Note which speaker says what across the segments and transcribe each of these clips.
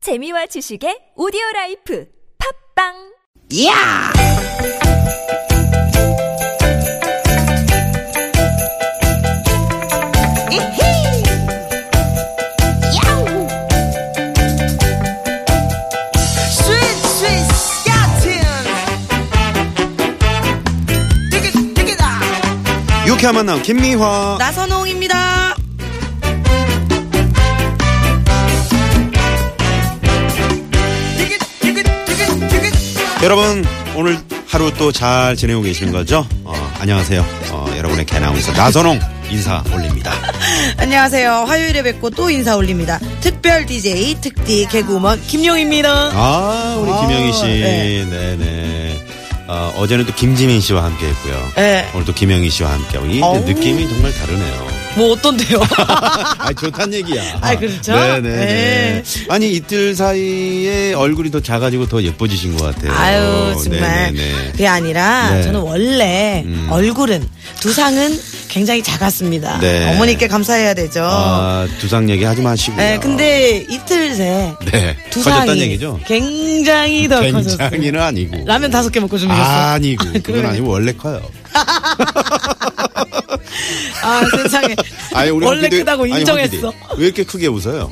Speaker 1: 재미와 지식의 오디오 라이프 팝빵!
Speaker 2: 야! 이히! 야우! 스윗, 스윗, 야틴! 되게, 되게다!
Speaker 3: 유쾌한 만남 김미화
Speaker 2: 나선홍입니다! 되게, 되게, 되게, 되게!
Speaker 3: 여러분 오늘 하루 또 잘 지내고 계시는 거죠? 어, 안녕하세요 어, 여러분의 개나운서 나선홍 인사 올립니다
Speaker 4: 안녕하세요. 화요일에 뵙고 또 인사 올립니다. 특별 DJ 특디 개그우먼 김용입니다.
Speaker 3: 아 우리
Speaker 4: 아,
Speaker 3: 김영희 씨
Speaker 4: 네.
Speaker 3: 네네 어, 제는또 김지민 씨와 함께 했고요
Speaker 4: 네.
Speaker 3: 오늘 또 김영희 씨와 함께 하고 이
Speaker 4: 어우.
Speaker 3: 느낌이 정말 다르네요
Speaker 4: 뭐 어떤데요?
Speaker 3: 아 좋단 얘기야
Speaker 4: 아, 그렇죠?
Speaker 3: 네네네
Speaker 4: 네.
Speaker 3: 아니 이틀 사이에 얼굴이 더 작아지고 더 예뻐지신 것 같아요
Speaker 4: 아유 정말
Speaker 3: 어, 네네네.
Speaker 4: 그게 아니라
Speaker 3: 네. 음.
Speaker 4: 저는 원래 얼굴은 두상은 굉장히 작았습니다.
Speaker 3: 네.
Speaker 4: 어머니께 감사해야 되죠.
Speaker 3: 아, 두상 얘기 하지 마시고요
Speaker 4: 네, 근데 이틀 새
Speaker 3: 네. 커졌다는
Speaker 4: 두상이
Speaker 3: 얘기죠?
Speaker 4: 굉장히 더 커졌어요.
Speaker 3: 굉장히는 아니고.
Speaker 4: 라면 다섯 개 먹고 좀 이겼어.
Speaker 3: 아니고. 그건
Speaker 4: 그래요?
Speaker 3: 아니고 원래 커요.
Speaker 4: 아 세상에
Speaker 3: 아니, 우리 황
Speaker 4: 원래
Speaker 3: PD-
Speaker 4: 크다고
Speaker 3: 아니, 황
Speaker 4: 인정했어.
Speaker 3: PD, 왜 이렇게 크게 웃어요?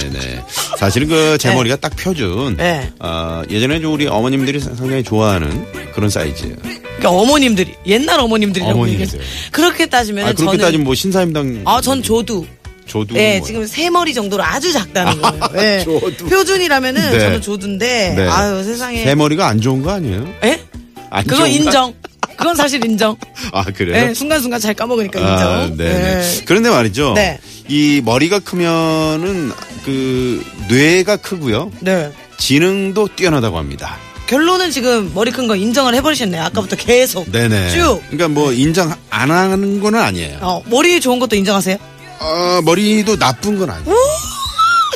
Speaker 3: 네네네. 사실은 그 제 머리가 딱 펴준.
Speaker 4: 네.
Speaker 3: 어, 예전에 좀 우리 어머님들이 상당히 좋아하는 그런 사이즈예요.
Speaker 4: 그러니까 어머님들이 옛날 어머님들이라고
Speaker 3: 어머님들.
Speaker 4: 얘기해서 그렇게 따지면
Speaker 3: 아, 그렇게
Speaker 4: 저는
Speaker 3: 따지면 뭐 신사임당.
Speaker 4: 아, 전 조두.
Speaker 3: 저도.
Speaker 4: 예,
Speaker 3: 뭐예요?
Speaker 4: 지금 세 머리 정도로 아주 작다는 거예요. 예.
Speaker 3: 조두.
Speaker 4: 표준이라면은
Speaker 3: 네.
Speaker 4: 저는 조두인데
Speaker 3: 네.
Speaker 4: 아유 세상에.
Speaker 3: 제 머리가 안 좋은 거 아니에요?
Speaker 4: 예?
Speaker 3: 안
Speaker 4: 그거
Speaker 3: 좋은 거-
Speaker 4: 인정. 그건 사실 인정.
Speaker 3: 아, 그래요?
Speaker 4: 예, 순간순간 잘 까먹으니까 인정.
Speaker 3: 아, 네.
Speaker 4: 예.
Speaker 3: 그런데 말이죠.
Speaker 4: 네.
Speaker 3: 이 머리가 크면은 그 뇌가 크고요.
Speaker 4: 네.
Speaker 3: 지능도 뛰어나다고 합니다.
Speaker 4: 결론은 지금 머리 큰 거 인정을 해버리셨네요. 아까부터 계속.
Speaker 3: 네네.
Speaker 4: 쭉.
Speaker 3: 그러니까 뭐 인정 안 하는 건 아니에요.
Speaker 4: 어, 머리 좋은 것도 인정하세요?
Speaker 3: 아, 머리도 나쁜 건 아니에요.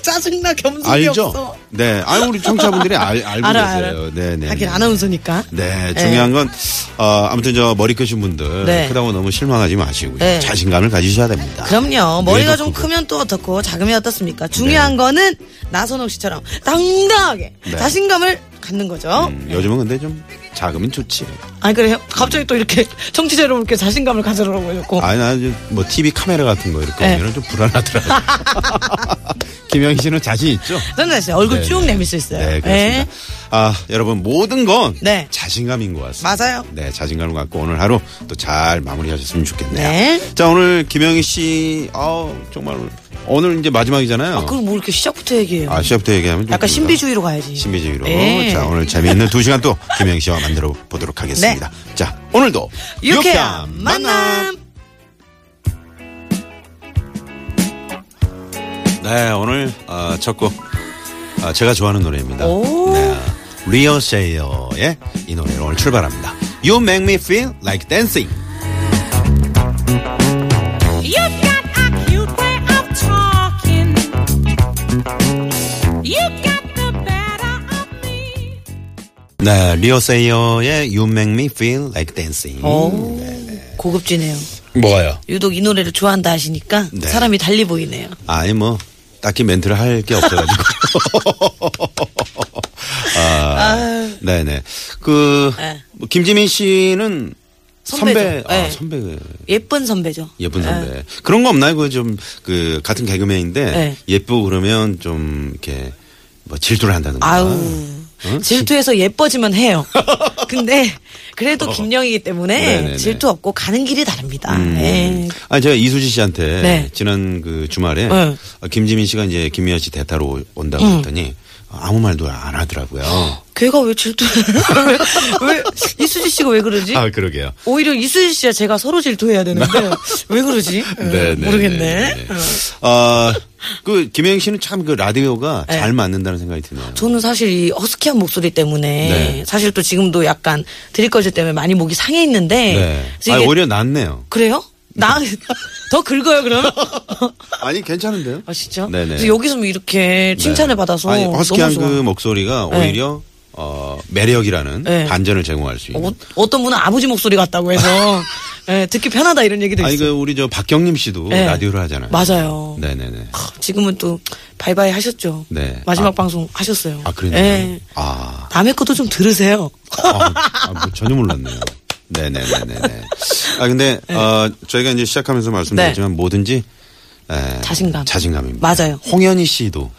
Speaker 4: 짜증나 겸손이
Speaker 3: 알죠?
Speaker 4: 없어.
Speaker 3: 네. 아, 우리 청취자분들이 알, 알고
Speaker 4: 알아,
Speaker 3: 계세요.
Speaker 4: 알아.
Speaker 3: 네네.
Speaker 4: 하긴 아나운서니까.
Speaker 3: 네, 중요한 건, 어, 아무튼 저 머리 크신 분들.
Speaker 4: 네.
Speaker 3: 크다고 너무 실망하지 마시고요.
Speaker 4: 네.
Speaker 3: 자신감을 가지셔야 됩니다.
Speaker 4: 그럼요. 머리가
Speaker 3: 뇌도
Speaker 4: 좀
Speaker 3: 크고.
Speaker 4: 크면 또 어떻고 작으면 어떻습니까? 중요한 거는 나선홍 씨처럼 당당하게
Speaker 3: 네.
Speaker 4: 자신감을 갖는 거죠.
Speaker 3: 음, 요즘은 근데 좀 작으면 좋지.
Speaker 4: 아니 그래요? 갑자기 또 이렇게 청취자 여러분께 자신감을 가져라고 해놓고
Speaker 3: 아니, 나뭐 TV 카메라 같은 거 이렇게
Speaker 4: 어. 네.
Speaker 3: 보면 좀 불안하더라고요. 김영희 씨는 자신 있죠?
Speaker 4: 저는 사실 얼굴
Speaker 3: 네,
Speaker 4: 쭉
Speaker 3: 네.
Speaker 4: 내밀 수 있어요.
Speaker 3: 네,
Speaker 4: 예.
Speaker 3: 그렇습니다. 아, 여러분, 모든 건
Speaker 4: 네.
Speaker 3: 자신감인 것 같습니다.
Speaker 4: 맞아요.
Speaker 3: 네, 자신감을 갖고 오늘 하루 또 잘 마무리하셨으면 좋겠네요.
Speaker 4: 네.
Speaker 3: 자, 오늘 김영희 씨, 아 정말 오늘 이제 마지막이잖아요.
Speaker 4: 아, 그럼 뭐 이렇게 시작부터 얘기해요?
Speaker 3: 아, 시작부터 얘기하면 좀
Speaker 4: 약간
Speaker 3: 그런가?
Speaker 4: 신비주의로 가야지.
Speaker 3: 신비주의로.
Speaker 4: 예.
Speaker 3: 자, 오늘 재미있는 두 시간 또 김영희 씨와 만들어 보도록 하겠습니다. 자, 오늘도
Speaker 4: 네. 유쾌한 만남.
Speaker 3: 네, 오늘 어, 첫곡 어, 제가 좋아하는 노래입니다.
Speaker 4: 오.
Speaker 3: 네, 리어 셰이어의 이 노래로 오늘 출발합니다. You make me feel like dancing.
Speaker 5: You've got a cute way of talking. You got the better of me.
Speaker 3: 네, 리어 셰이어의 You make me feel like dancing.
Speaker 4: 오, 고급지네요.
Speaker 3: 뭐가요?
Speaker 4: 유독 이 노래를 좋아한다 하시니까
Speaker 3: 네.
Speaker 4: 사람이 달리 보이네요.
Speaker 3: 아니 뭐 딱히 멘트를 할 게 없어가지고. 아, 네네. 그
Speaker 4: 네.
Speaker 3: 뭐 김지민 씨는 선배,
Speaker 4: 선배죠.
Speaker 3: 아,
Speaker 4: 네.
Speaker 3: 선배
Speaker 4: 예쁜 선배죠.
Speaker 3: 예쁜
Speaker 4: 예.
Speaker 3: 선배 그런 거 없나요? 그 좀 그 같은 개그맨인데
Speaker 4: 네.
Speaker 3: 예쁘고 그러면 좀 이렇게 뭐 질투를 한다든가. 음.
Speaker 4: 아우. 질투해서 예뻐지면 해요. 근데 그래도 김영이기 때문에
Speaker 3: 어. 네네네.
Speaker 4: 질투 없고 가는 길이 다릅니다. 예.
Speaker 3: 아 제가 이수지 씨한테
Speaker 4: 네.
Speaker 3: 지난 그 주말에
Speaker 4: 네. 음.
Speaker 3: 어, 김지민 씨가 이제 김미아 씨 대타로 오- 온다고 했더니 아무 말도 안 하더라고요.
Speaker 4: 걔가 왜 질투를? 왜, 왜 이수지 씨가 왜 그러지?
Speaker 3: 아 그러게요.
Speaker 4: 오히려 이수지 씨와 제가 서로 질투해야 되는데 왜 그러지?
Speaker 3: 네,
Speaker 4: 예, 모르겠네. 어.
Speaker 3: 아, 그 김혜영 씨는 참 그 라디오가
Speaker 4: 네.
Speaker 3: 잘 맞는다는 생각이 드네요.
Speaker 4: 저는 사실 이 허스키한 목소리 때문에
Speaker 3: 네.
Speaker 4: 사실 또 지금도 약간 드릴거질 때문에 많이 목이 상해 있는데
Speaker 3: 네.
Speaker 4: 그래서
Speaker 3: 아,
Speaker 4: 이게-
Speaker 3: 오히려 낫네요.
Speaker 4: 그래요? 나 더 긁어요 그럼?
Speaker 3: 아니 괜찮은데요?
Speaker 4: 아 진짜?
Speaker 3: 네네. 네.
Speaker 4: 그래서 여기서 뭐 이렇게 칭찬을 받아서
Speaker 3: 아니, 허스키한
Speaker 4: 너무 좋아.
Speaker 3: 그 목소리가
Speaker 4: 네.
Speaker 3: 오히려 어, 매력이라는
Speaker 4: 네.
Speaker 3: 반전을 제공할 수 있는.
Speaker 4: 어, 어떤 분은 아버지 목소리 같다고 해서 예, 듣기 편하다 이런 얘기도
Speaker 3: 아,
Speaker 4: 있어요.
Speaker 3: 이거 우리 저 박경림 씨도
Speaker 4: 네.
Speaker 3: 뭐 라디오를 하잖아요.
Speaker 4: 맞아요.
Speaker 3: 네네네.
Speaker 4: 크, 지금은 또 바이바이 하셨죠.
Speaker 3: 네.
Speaker 4: 마지막
Speaker 3: 아.
Speaker 4: 방송 하셨어요.
Speaker 3: 아, 그랬나요?
Speaker 4: 예.
Speaker 3: 아.
Speaker 4: 남의 것도 좀 들으세요.
Speaker 3: 아, 아, 뭐 전혀 몰랐네요. 네네네네네. 아, 근데,
Speaker 4: 네.
Speaker 3: 어, 저희가 이제 시작하면서 말씀드렸지만 뭐든지, 에,
Speaker 4: 자신감.
Speaker 3: 자신감입니다.
Speaker 4: 맞아요.
Speaker 3: 홍현희 씨도.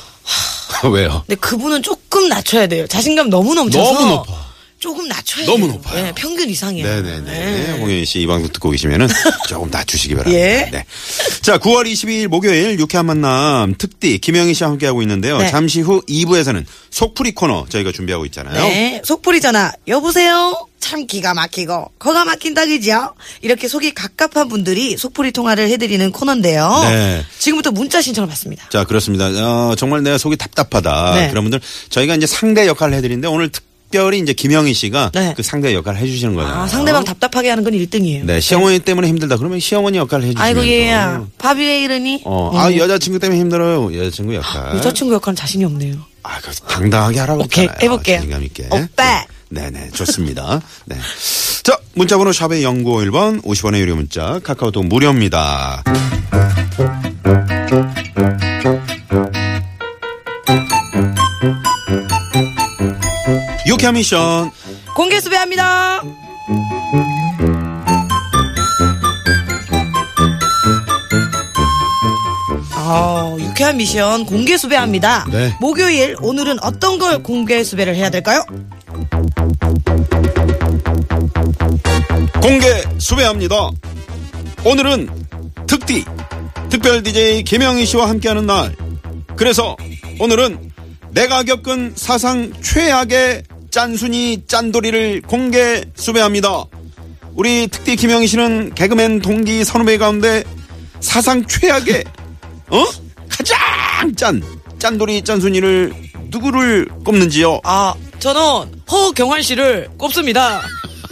Speaker 3: 왜요?
Speaker 4: 근데 그분은 조금 낮춰야 돼요. 자신감 너무 넘쳐서
Speaker 3: 너무 높아.
Speaker 4: 조금 낮춰야
Speaker 3: 너무
Speaker 4: 돼요.
Speaker 3: 높아요.
Speaker 4: 예, 평균 이상이에요.
Speaker 3: 네네네. 홍현희 씨 이 방송 듣고 계시면은 조금 낮추시기 바랍니다.
Speaker 4: 예.
Speaker 3: 네. 자, 9월 22일 목요일 유쾌한 만남 특디 김영희 씨와 함께하고 있는데요.
Speaker 4: 네.
Speaker 3: 잠시 후 2부에서는 속풀이 코너 저희가 준비하고 있잖아요.
Speaker 4: 네, 속풀이 전화 여보세요. 참 기가 막히고 거가 막힌 딱이죠. 이렇게 속이 갑갑한 분들이 속풀이 통화를 해드리는 코너인데요.
Speaker 3: 네.
Speaker 4: 지금부터 문자 신청을 받습니다.
Speaker 3: 자, 그렇습니다. 어, 정말 내가 속이 답답하다.
Speaker 4: 네.
Speaker 3: 그런 분들 저희가 이제 상대 역할을 해드리는데 오늘 특별히 이제 김영희 씨가
Speaker 4: 네.
Speaker 3: 그 상대 역할을 해주시는 거잖아요.
Speaker 4: 아, 상대방 답답하게 하는 건일등이에요
Speaker 3: 네, 시어머니 때문에 힘들다. 그러면 시어머니 역할을 해주시면
Speaker 4: 아이고 예. 얘야, 밥이 왜 이러니?
Speaker 3: 어, 아 여자친구 네. 때문에 힘들어요. 여자친구
Speaker 4: 아,
Speaker 3: 역할.
Speaker 4: 여자친구 역할은 자신이 없네요.
Speaker 3: 아, 그 당당하게 하라고
Speaker 4: 오케이,
Speaker 3: 했잖아요.
Speaker 4: 해볼게요. 어,
Speaker 3: 자신감 있게.
Speaker 4: 오빠.
Speaker 3: 네, 네, 좋습니다. 네. 자, 문자번호 샵의 0951번 50원의 유료 문자 카카오톡 무료입니다. 유쾌한 미션
Speaker 4: 공개 수배합니다. 아, 유쾌한 미션 공개 수배합니다.
Speaker 3: 네.
Speaker 4: 목요일 오늘은 어떤 걸 공개 수배를 해야 될까요?
Speaker 3: 공개 수배합니다. 오늘은 특디 특별 DJ 김영희 씨와 함께하는 날. 그래서 오늘은 내가 겪은 사상 최악의 짠순이 짠돌이를 공개 수배합니다. 우리 특디 김영희 씨는 개그맨 동기 선후배 가운데 사상 최악의 어 가장 짠 짠돌이 짠순이를 누구를 꼽는지요?
Speaker 4: 아, 저는 허경환 씨를 꼽습니다.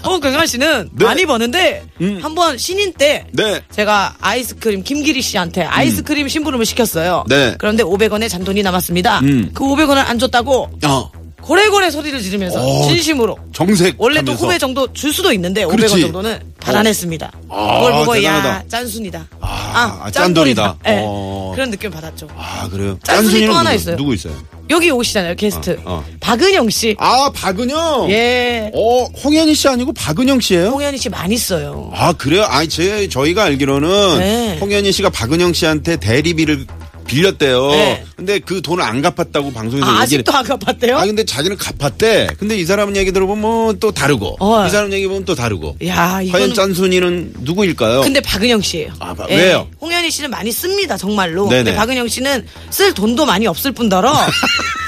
Speaker 4: 허경환 씨는
Speaker 3: 네.
Speaker 4: 많이 버는데
Speaker 3: 음.
Speaker 4: 한번 신인 때
Speaker 3: 네. 음.
Speaker 4: 제가 아이스크림 김기리 씨한테 아이스크림 심부름을 시켰어요.
Speaker 3: 네.
Speaker 4: 그런데 500원의 잔돈이 남았습니다.
Speaker 3: 음.
Speaker 4: 그 500원을 안 줬다고
Speaker 3: 어
Speaker 4: 고래고래 소리를 지르면서
Speaker 3: 어,
Speaker 4: 진심으로
Speaker 3: 정색
Speaker 4: 원래 또
Speaker 3: 하면서.
Speaker 4: 후배 정도 줄 수도 있는데
Speaker 3: 그렇지.
Speaker 4: 500원 정도는 발안했습니다.
Speaker 3: 아,
Speaker 4: 그걸 보고 야
Speaker 3: 대단하다.
Speaker 4: 짠순이다.
Speaker 3: 아, 짠돌이다.
Speaker 4: 예.
Speaker 3: 어.
Speaker 4: 그런 느낌 받았죠.
Speaker 3: 아 그래요.
Speaker 4: 짠순이 또 하나
Speaker 3: 누구,
Speaker 4: 있어요.
Speaker 3: 누구 있어요?
Speaker 4: 여기 오시잖아요 게스트
Speaker 3: 어, 어.
Speaker 4: 박은영 씨.
Speaker 3: 아 박은영.
Speaker 4: 예.
Speaker 3: 어 홍현희 씨 아니고 박은영 씨예요?
Speaker 4: 홍현희 씨 많이 써요.
Speaker 3: 아 그래요? 아니 제 저희가 알기로는
Speaker 4: 네.
Speaker 3: 홍현희 씨가 박은영 씨한테 대리비를 빌렸대요.
Speaker 4: 네.
Speaker 3: 근데 그 돈을 안 갚았다고 방송에서
Speaker 4: 아,
Speaker 3: 어. 얘기를.
Speaker 4: 아직도 안 갚았대요?
Speaker 3: 아 근데 자기는 갚았대. 근데 이 사람 얘기 들어보면 뭐 또 다르고
Speaker 4: 어.
Speaker 3: 이 사람 얘기 보면 또 다르고.
Speaker 4: 야
Speaker 3: 과연
Speaker 4: 예, 이건
Speaker 3: 짠순이는 누구일까요?
Speaker 4: 근데 박은영 씨예요.
Speaker 3: 어. 아, 바- 왜요?
Speaker 4: 홍현희 씨는 많이 씁니다 정말로.
Speaker 3: 네네.
Speaker 4: 근데 박은영 씨는 쓸 돈도 많이 없을뿐더러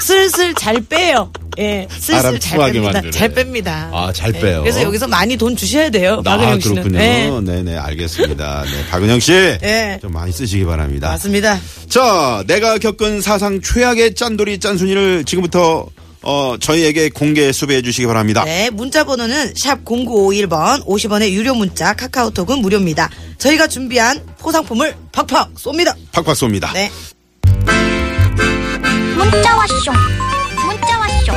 Speaker 4: 슬슬 잘 빼요. 예,
Speaker 3: 사람
Speaker 4: 슬슬 잘
Speaker 3: 추하게
Speaker 4: 뺍니다.
Speaker 3: 만드네.
Speaker 4: 잘 뺍니다.
Speaker 3: 아, 잘
Speaker 4: 예,
Speaker 3: 빼요.
Speaker 4: 그래서 여기서 많이 돈 주셔야 돼요.
Speaker 3: 아
Speaker 4: 박은영 씨는.
Speaker 3: 그렇군요.
Speaker 4: 예,
Speaker 3: 네, 네, 알겠습니다. 네, 박은영 씨.
Speaker 4: 예.
Speaker 3: 좀 많이 쓰시기 바랍니다.
Speaker 4: 맞습니다.
Speaker 3: 자, 내가 겪은 사상 최악의 짠돌이 짠순이를 지금부터 어, 저희에게 공개 수배해 주시기 바랍니다.
Speaker 4: 네, 문자 번호는 샵 0951번 50원의 유료 문자 카카오톡은 무료입니다. 저희가 준비한 포상품을 팍팍 쏩니다.
Speaker 3: 팍팍 쏩니다.
Speaker 4: 네.
Speaker 5: 문자 왔쇼 문자 왔쇼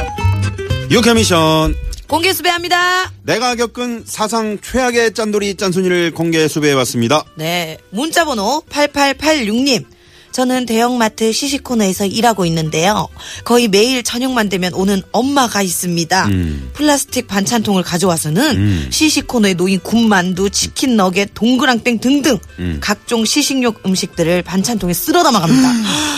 Speaker 3: 유캐미션
Speaker 4: 공개 수배합니다.
Speaker 3: 내가 겪은 사상 최악의 짠돌이 짠순이를 공개 수배해 봤습니다.
Speaker 4: 네. 문자번호 8886님. 저는 대형마트 시식코너에서 일하고 있는데요. 거의 매일 저녁만 되면 오는 엄마가 있습니다.
Speaker 3: 음.
Speaker 4: 플라스틱 반찬통을 가져와서는 시식코너에 놓인 군만두, 치킨 너겟, 동그랑땡 등등 각종 시식용 음식들을 반찬통에 쓸어 담아갑니다.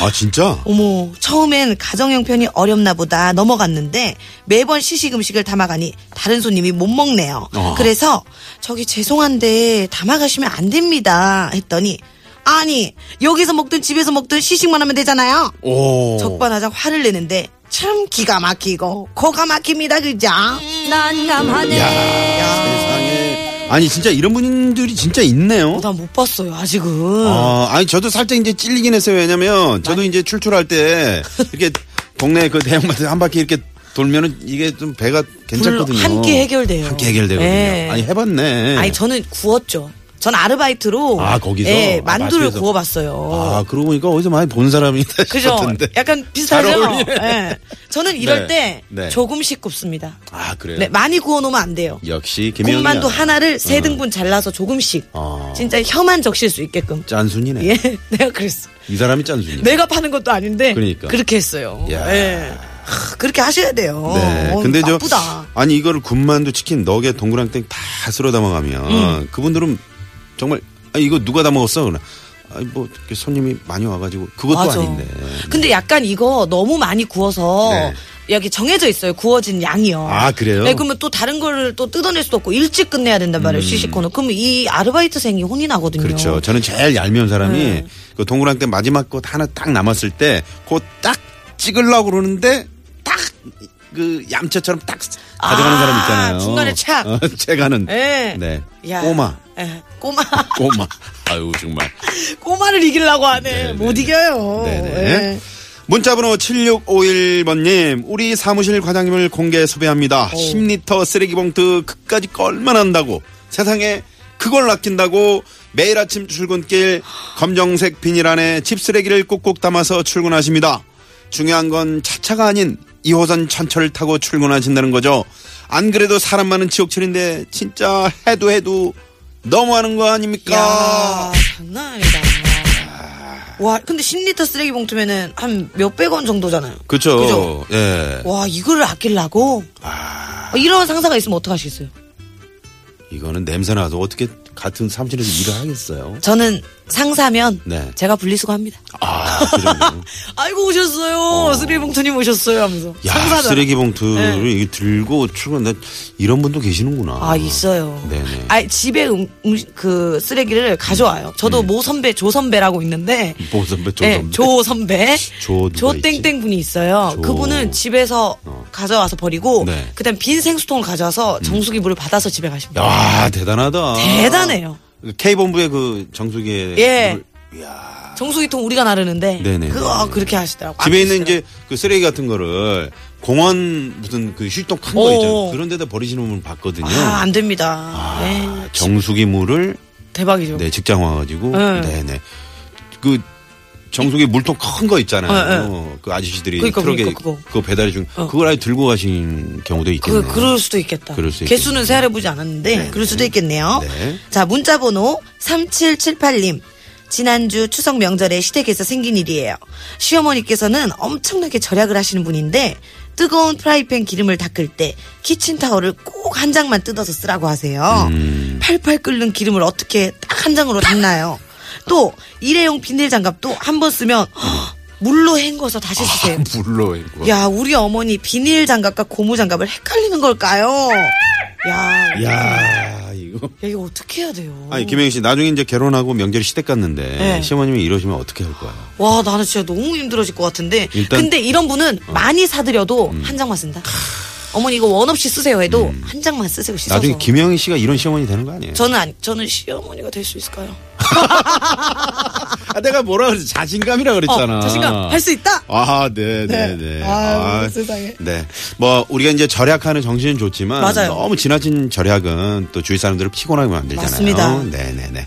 Speaker 3: 아, 진짜?
Speaker 4: 어머, 처음엔 가정 형편이 어렵나 보다 넘어갔는데 매번 시식 음식을 담아가니 다른 손님이 못 먹네요.
Speaker 3: 어.
Speaker 4: 그래서 저기 죄송한데 담아가시면 안 됩니다. 했더니 아니 여기서 먹든 집에서 먹든 시식만 하면 되잖아요.
Speaker 3: 오.
Speaker 4: 적반하장 화를 내는데 참 기가 막히고 거가 막힙니다 그죠?
Speaker 3: 음. 야,
Speaker 1: 난감하네.
Speaker 3: 세상에. 아니, 진짜 이런 분들이 진짜 있네요.
Speaker 4: 난 못 봤어요 아직은.
Speaker 3: 아, 아니 저도 살짝 이제 찔리긴 했어요. 왜냐면 저도 이제 출출할 때 이렇게 동네 그 대형마트 한 바퀴 이렇게 돌면은 이게 좀 배가 괜찮거든요.
Speaker 4: 함께 해결돼요.
Speaker 3: 함께 해결되거든요.
Speaker 4: 네.
Speaker 3: 아니 해봤네.
Speaker 4: 아니 저는 구웠죠. 전 아르바이트로
Speaker 3: 아, 거기서?
Speaker 4: 예,
Speaker 3: 아,
Speaker 4: 만두를
Speaker 3: 마트에서.
Speaker 4: 구워봤어요.
Speaker 3: 아, 그러고 보니까 어디서 많이 본 사람이다
Speaker 4: 그죠?
Speaker 3: 싶었는데.
Speaker 4: 약간 비슷하죠?
Speaker 3: 잘 어울리네.
Speaker 4: 예. 저는
Speaker 3: 네.
Speaker 4: 이럴 때
Speaker 3: 네.
Speaker 4: 조금씩 굽습니다.
Speaker 3: 아, 그래요? 예,
Speaker 4: 네, 많이 구워놓으면 안 돼요.
Speaker 3: 역시 김혜영이
Speaker 4: 군만두 하나를 세 등분 잘라서 조금씩
Speaker 3: 음. 아.
Speaker 4: 진짜 혀만 적실 수 있게끔.
Speaker 3: 짠순이네.
Speaker 4: 예, 내가 그랬어.
Speaker 3: 이 사람이 짠순이야.
Speaker 4: 내가 파는 것도 아닌데
Speaker 3: 예. 그러니까.
Speaker 4: 그렇게 했어요.
Speaker 3: 야.
Speaker 4: 예. 하, 그렇게 하셔야 돼요.
Speaker 3: 네.
Speaker 4: 어,
Speaker 3: 근데 저
Speaker 4: 나쁘다.
Speaker 3: 아니 이거를 군만두 치킨 너겟 동그랑땡 다 쓸어 담아가면
Speaker 4: 음.
Speaker 3: 그분들은 정말 아 이거 누가 다 먹었어? 그러나 아니 뭐 이렇게 손님이 많이 와가지고 그것도
Speaker 4: 맞아.
Speaker 3: 아닌데.
Speaker 4: 근데 약간 이거 너무 많이 구워서
Speaker 3: 네.
Speaker 4: 여기 정해져 있어요. 구워진 양이요.
Speaker 3: 아, 그래요?
Speaker 4: 네, 그러면 또 다른 거를 또 뜯어낼 수도 없고 일찍 끝내야 된단 말이에요. 시시코는. 그러면 이 아르바이트생이 혼이
Speaker 3: 음.
Speaker 4: 나거든요. 네.
Speaker 3: 그렇죠. 저는 제일 얄미운 사람이 그 동그랑땡 마지막 것 하나 딱 남았을 때 그 딱 찍으려고 그러는데 딱 그 얌체처럼 딱 가져가는
Speaker 4: 아,
Speaker 3: 사람 있잖아요.
Speaker 4: 중간에 착.
Speaker 3: 어, 채가는.
Speaker 4: 예.
Speaker 3: 네.
Speaker 4: 야.
Speaker 3: 꼬마.
Speaker 4: 예, 꼬마.
Speaker 3: 꼬마. 아유 정말.
Speaker 4: 꼬마를 이기려고 하네. 못 이겨요.
Speaker 3: 네네.
Speaker 4: 예.
Speaker 3: 문자번호 7651번님, 우리 사무실 과장님을 공개
Speaker 4: 어.
Speaker 3: 수배합니다. 10리터 쓰레기 봉투 끝까지 껄만 한다고 세상에 그걸 아낀다고 매일 아침 출근길 검정색 비닐 안에 집 쓰레기를 꾹꾹 담아서 출근하십니다. 중요한 건 차차가 아닌 2호선 전철을 타고 출근하신다는 거죠. 안 그래도 사람 많은 지옥철인데 진짜 해도 해도 너무하는 거 아닙니까?
Speaker 4: 야, 장난 아니다. 와, 근데 10리터 쓰레기 봉투면은 한 몇백 원 정도잖아요.
Speaker 3: 그쵸.
Speaker 4: 그죠?
Speaker 3: 예.
Speaker 4: 와, 이거를 아끼려고? 아, 이런 상사가 있으면 어떡하시겠어요?
Speaker 3: 이거는 냄새 나서 어떻게 같은 삼촌에서 일을 하겠어요?
Speaker 4: 저는 상사면
Speaker 3: 네.
Speaker 4: 제가 분리수거 합니다.
Speaker 3: 아, 그 정도.
Speaker 4: 아이고, 오셨어요. 쓰레기 봉투님 오셨어요 하면서.
Speaker 3: 야,
Speaker 4: 상사잖아. 네.
Speaker 3: 쓰레기 봉투를 이거 들고 출근, 나 이런 분도 계시는구나.
Speaker 4: 아, 있어요.
Speaker 3: 네네.
Speaker 4: 아, 집에 음, 음, 그 쓰레기를 가져와요. 저도 모 선배, 조 선배라고 있는데
Speaker 3: 뭐 선배, 음. 조
Speaker 4: 네,
Speaker 3: 선배.
Speaker 4: 조 선배.
Speaker 3: 조 누가 있지?
Speaker 4: 땡땡 분이 있어요.
Speaker 3: 조.
Speaker 4: 그분은 집에서
Speaker 3: 어.
Speaker 4: 가져와서 버리고
Speaker 3: 네. 음.
Speaker 4: 그다음 빈 생수통을 가져와서 정수기 물을 받아서 집에 가십니다.
Speaker 3: 야, 대단하다.
Speaker 4: 대단해요.
Speaker 3: K본부의 그 정수기에.
Speaker 4: 예.
Speaker 3: 물-
Speaker 4: 정수기통 우리가 나르는데
Speaker 3: 네네.
Speaker 4: 그거 그렇게 아, 하시더라고.
Speaker 3: 집에 있는 이제 그 쓰레기 같은 거를 공원 무슨 그 휴지통 큰 거
Speaker 4: 어어.
Speaker 3: 있잖아요. 그런 데다 버리시는 분을 봤거든요.
Speaker 4: 아, 안 됩니다.
Speaker 3: 아,
Speaker 4: 네.
Speaker 3: 정수기 물을
Speaker 4: 대박이죠.
Speaker 3: 네, 직장 와가지고.
Speaker 4: 네.
Speaker 3: 네, 네. 그 정수기 물통 큰 거 있잖아요.
Speaker 4: 네, 네.
Speaker 3: 어, 그 아저씨들이
Speaker 4: 그러니까,
Speaker 3: 트럭에
Speaker 4: 그러니까,
Speaker 3: 그거
Speaker 4: 그거.
Speaker 3: 배달해 준 그걸 아예 들고 가신 경우도 있겠네요.
Speaker 4: 그, 그럴 수도 있겠다.
Speaker 3: 그럴 수
Speaker 4: 개수는 세알해보지 않았는데, 그럴 수도 있겠네요.
Speaker 3: 네.
Speaker 4: 자, 문자번호 3778님. 지난주 추석 명절에 시댁에서 생긴 일이에요. 시어머니께서는 엄청나게 절약을 하시는 분인데, 뜨거운 프라이팬 기름을 닦을 때 키친타월을 꼭 한 장만 뜯어서 쓰라고 하세요. 팔팔 끓는 기름을 어떻게 딱 한 장으로 닦나요? 또 일회용 비닐 장갑도 한 번 쓰면 헉, 물로 헹궈서 다시 쓰세요.
Speaker 3: 아, 물론 이거.
Speaker 4: 야, 우리 어머니 비닐 장갑과 고무 장갑을 헷갈리는 걸까요? 야, 야,
Speaker 3: 야, 이거.
Speaker 4: 이거 어떻게 해야 돼요?
Speaker 3: 아니 김혜경 씨 나중에 이제 결혼하고 명절에 시댁 갔는데
Speaker 4: 네.
Speaker 3: 시어머님이 이러시면 어떻게 할 거야?
Speaker 4: 와, 나는 진짜 너무 힘들어질 것 같은데.
Speaker 3: 일단- 어. 음.
Speaker 4: 근데 이런 분은 많이 사드려도 한 장만 쓴다. 어머니 이거 원 없이 쓰세요 해도 한 장만 쓰세요 씻어서.
Speaker 3: 나중에 김혜경 씨가 이런 시어머니 되는 거 아니에요?
Speaker 4: 저는 아니, 저는 시어머니가 될 수 있을까요?
Speaker 3: 아, 내가 뭐라 그랬지? 자신감이라 그랬잖아.
Speaker 4: 어, 자신감 할 수 있다.
Speaker 3: 아, 네, 네, 네.
Speaker 4: 네. 아유, 세상에.
Speaker 3: 네. 뭐, 우리가 이제 절약하는 정신은 좋지만.
Speaker 4: 맞아요.
Speaker 3: 너무 지나친 절약은 또 주위 사람들을 피곤하게 만들잖아요.
Speaker 4: 맞습니다.
Speaker 3: 네, 네, 네.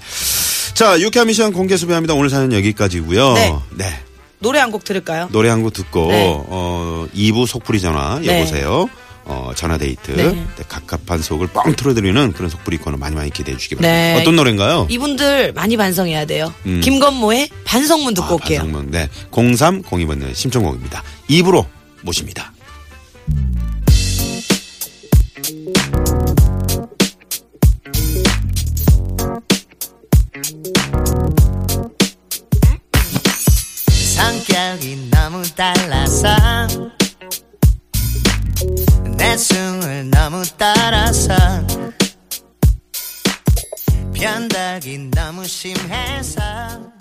Speaker 3: 자, 유쾌한 미션 공개 수배합니다. 오늘 사연 여기까지고요
Speaker 4: 네.
Speaker 3: 네.
Speaker 4: 노래 한 곡 들을까요?
Speaker 3: 노래 한 곡 듣고,
Speaker 4: 네.
Speaker 3: 어, 2부 속풀이 전화
Speaker 4: 네.
Speaker 3: 여보세요. 어, 전화데이트.
Speaker 4: 네.
Speaker 3: 갑갑한 속을 뻥 틀어드리는 그런 속풀이 코너 많이 많이 기대해 주시기 바랍니다.
Speaker 4: 네.
Speaker 3: 어떤 노래인가요?
Speaker 4: 이분들 많이 반성해야 돼요.
Speaker 3: 음.
Speaker 4: 김건모의 반성문 듣고 올게요.
Speaker 3: 반성문. 네. 0302번님 심청곡입니다. 2부로 모십니다.
Speaker 2: 성격이 너무 달라서 내 숨을 너무 따라서 변덕이 너무 심해서